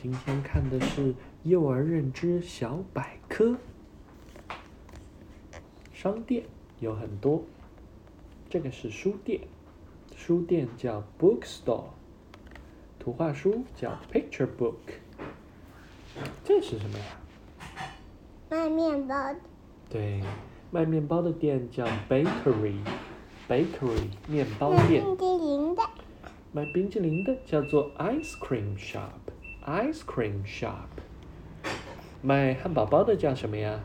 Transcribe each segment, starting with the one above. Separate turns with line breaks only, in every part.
今天看的是《幼儿认知小百科》，商店有很多，这个是书店，书店叫 bookstore，图画书叫 picture book，这是什么呀？
卖面包，
对，卖面包的店叫 bakery，bakery 面包
卖
店。
冰激凌的，
卖冰淇淋的叫做 ice cream shop，ice cream shop。卖汉堡包的叫什么呀？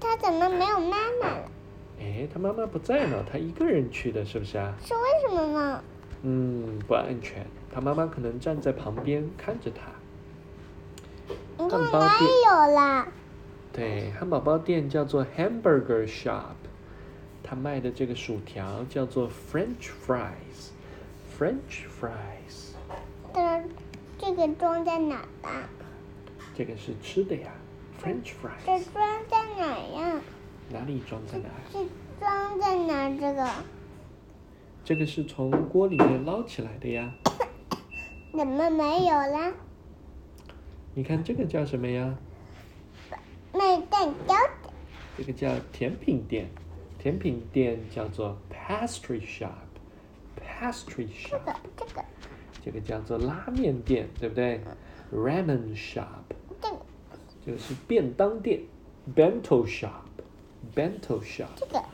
他怎么没有妈妈了？
诶，他妈妈不在呢，他一个人去的，是不是啊？
是为什么呢？
嗯，不安全，他妈妈可能站在旁边看着他。
你
汉
看
堡
哪里
店
有啦？
对，汉堡包店叫做 hamburger shop，他卖的这个薯条叫做 French fries，French fries。
但是这个装在哪儿啊？
这个是吃的呀，French
这
fries，
装在哪儿呀？
哪里装在哪儿？
这装在哪儿？这个
这个是从锅里面捞起来的呀。
怎么没有啦？
你看这个叫什么呀？
卖蛋糕的，
这个叫甜品店，甜品店叫做 pastry shop，pastry
这
shop。
个这个
这个叫做拉面店，对不对？ramen shop，
这个
这个是便当店，bento shop，bento shop。
这个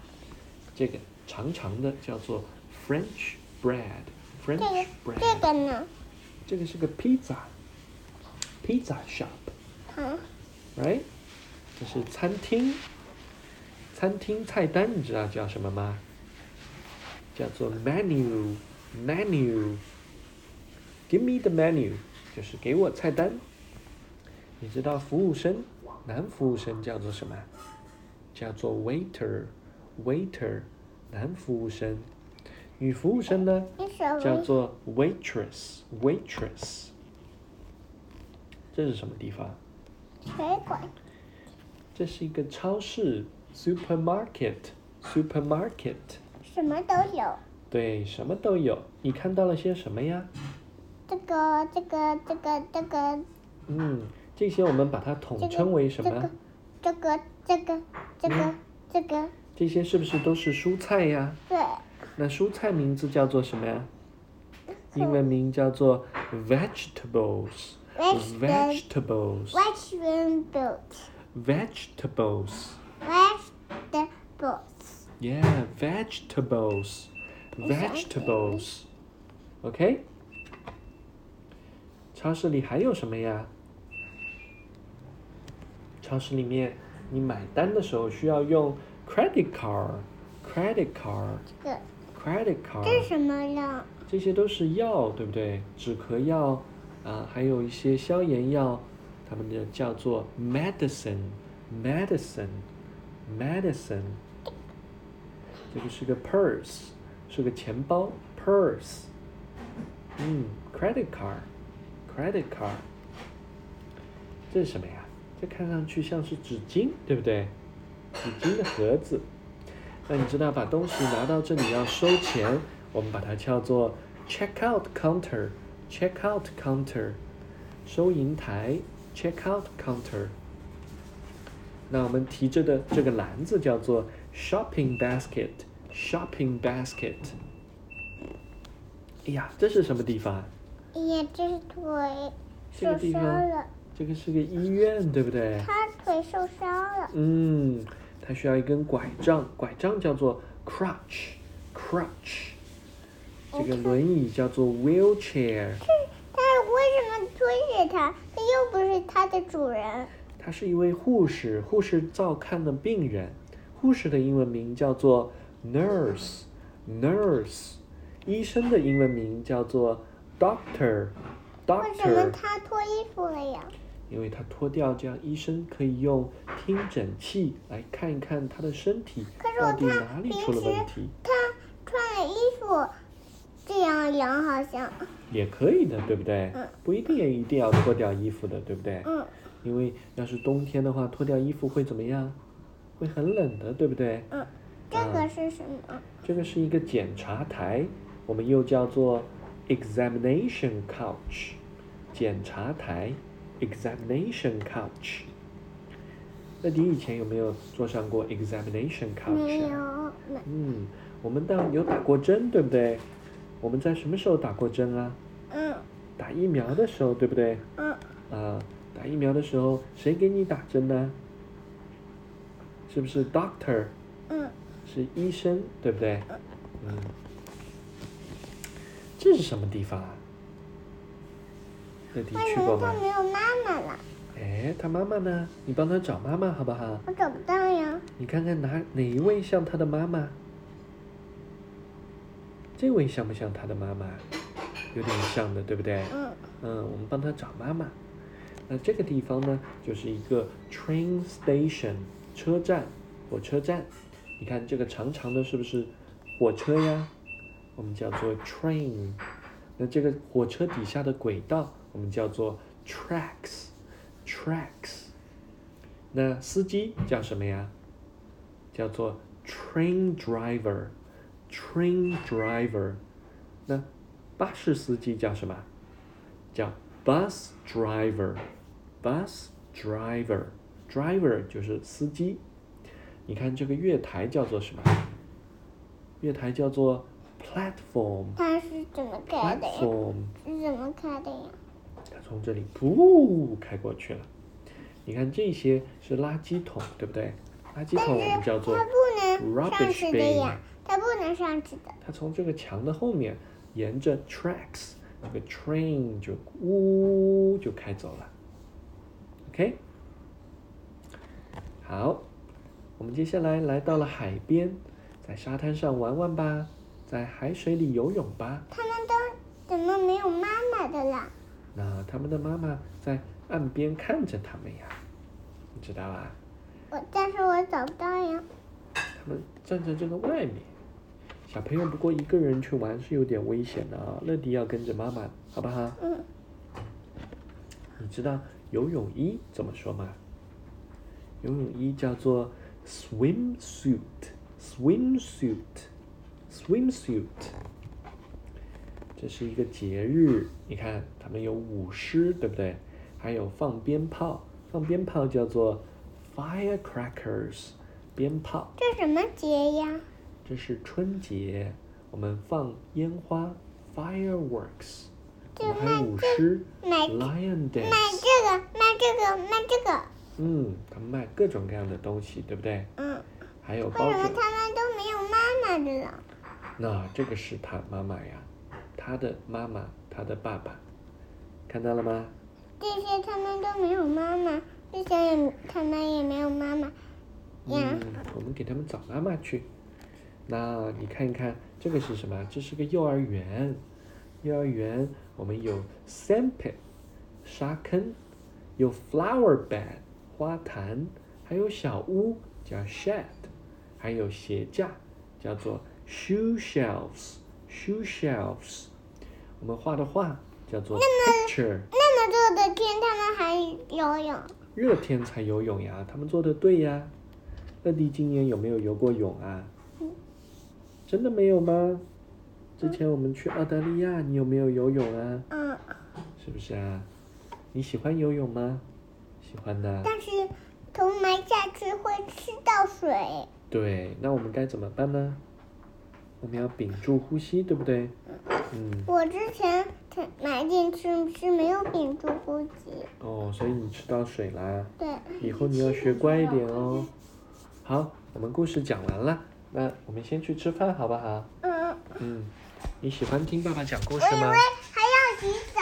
这个长长的叫做 French bread，French
这个
bread。
这个呢？
这个是个 pizza，pizza shop。
嗯，
right？这是餐厅，餐厅菜单你知道叫什么吗？叫做 menu menu。Give me the menu，就是给我菜单。你知道服务生，男服务生叫做什么？叫做 waiter waiter，男服务生。女服务生呢，
你手为
叫做 waitress waitress。这是什么地方？
水果，
这是一个超市 （supermarket）。supermarket
什么都有。
对，什么都有。你看到了些什么呀？
这个这个这个这个
嗯，这些我们把它统称为什么？
这个这个这个这个
这些是不是都是蔬菜呀？
对，
那蔬菜名字叫做什么呀？英文名叫做 vegetables。
Vegetables
vegetables
vegetables
vegetables
vegetables
yeah vegetables vegetables OK。超市里还有什么呀？超市里面你买单的时候需要用 credit card，credit
这
哦
个
card，credit
这
card，
是什么呢？
这些都是药，对不对？止咳药啊，还有一些消炎药，它们的叫做 medicine，medicine，medicine。这个是个 purse，是个钱包 purse。嗯，credit card，credit card。这是什么呀？这看上去像是纸巾，对不对？纸巾的盒子。那你知道把东西拿到这里要收钱，我们把它叫做 checkout counter，checkout counter，收银台 checkout counter。那我们提着的这个篮子叫做 shopping basket，shopping basket。哎呀，这是什么地方啊？
哎呀，这是腿
这个
受
地
伤
方，
了，
这个是个医院，对不对？
他腿受伤了，
嗯，它需要一根拐杖，拐杖叫做 crutch，crutch。这个轮椅叫做 wheelchair，
但是为什么推着他？他又不是他的主人。
她是一位护士，护士照看的病人。护士的英文名叫做 nurse，nurse。医生的英文名叫做 doctor，doctor
为。什么他脱衣服了呀？
因为他脱掉，这样医生可以用听诊器来看一看他的身体
可是我
到底
看
哪里出了问题，
他穿了衣服，这样量好像，
也可以的，对不对
嗯？
不一定也一定要脱掉衣服的，对不对？
嗯
因为要是冬天的话，脱掉衣服会怎么样？会很冷的，对不对？
嗯，这个是什么？
这个是一个检查台，我们又叫做 examination couch，检查台 examination couch。那你以前有没有坐上过 examination couch
没
啊？
有，没
嗯，我们当有打过针，对不对？我们在什么时候打过针啊？
嗯
打疫苗的时候，对不对？
嗯，
啊，打疫苗的时候谁给你打针呢？是不是 doctor？
嗯
是医生，对不对？嗯，这是什么地方啊？乐迪
那你
去过
们
吗
都？没有妈妈了，
哎，他妈妈呢？你帮他找妈妈好不好？
我找不到呀。
你看看哪哪一位像他的妈妈？这位像不像他的妈妈？有点像的，对不对？
嗯
嗯，我们帮他找妈妈。那这个地方呢，就是一个 train station 车站，火车站。你看这个长长的，是不是火车呀？我们叫做 train。那这个火车底下的轨道，我们叫做 tracks。tracks。那司机叫什么呀？叫做 train driver。train driver。那巴士司机叫什么？叫 bus driver。bus driver driver 就是司机。你看这个月台叫做什么？月台叫做 platform。
它是怎么开的呀？
platform，
是怎么开的呀？
它从这里噗开过去了。你看这些是垃圾桶，对不对？垃圾桶我们叫做
它不能上
rubbish
去的
bin
呀。，它不能上去的。
它从这个墙的后面，沿着 tracks 这个 train 就呜就开走了。OK，好，我们接下来来到了海边，在沙滩上玩玩吧，在海水里游泳吧。
他们都怎么没有妈妈的啦？
那他们的妈妈在岸边看着他们呀，你知道吧？
我但是我找不到呀。
他们站在这个外面。小朋友不过一个人去玩是有点危险的啊，乐迪要跟着妈妈，好不好？
嗯，
你知道游泳衣怎么说吗？游泳衣叫做 swimsuit，swimsuit，swimsuit。这是一个节日，你看他们有舞狮，对不对？还有放鞭炮，放鞭炮叫做 firecrackers，鞭炮。
这什么节呀？
这是春节，我们放烟花 fireworks，我
这
们还有舞
卖这
狮
卖
lion
卖
dance。
这个卖这个卖这个。
嗯，他们卖各种各样的东西，对不对？
嗯，
还有
为
包
什么
准。
他们都没有妈妈的啦？
那这个是他妈妈呀，他的妈妈，他的爸爸，看到了吗？
这些他们都没有妈妈，之前也他们也没有妈妈。呀
嗯，我们给他们找妈妈去。那你看一看，这个是什么？这是个幼儿园。幼儿园我们有 sand pit，沙坑，有 flower bed，花坛，还有小屋叫 shed，还有鞋架叫做 shoe shelves，shoe shelves。我们画的画叫做 picture。
那么热的天，他们还游泳？
热天才游泳呀，他们做的对呀。乐迪今年有没有游过泳啊？真的没有吗？之前我们去澳大利亚，你有没有游泳啊？
嗯，
是不是啊？你喜欢游泳吗？喜欢的。
但是头埋下去会吃到水。
对，那我们该怎么办呢？我们要屏住呼吸，对不对？嗯，
我之前埋进去是没有屏住呼吸。
哦，所以你吃到水啦。
对，
以后你要学乖一点哦。好，我们故事讲完了，那我们先去吃饭好不好？
嗯，
嗯，你喜欢听爸爸讲故
我
事
以为
吗？
还要洗澡。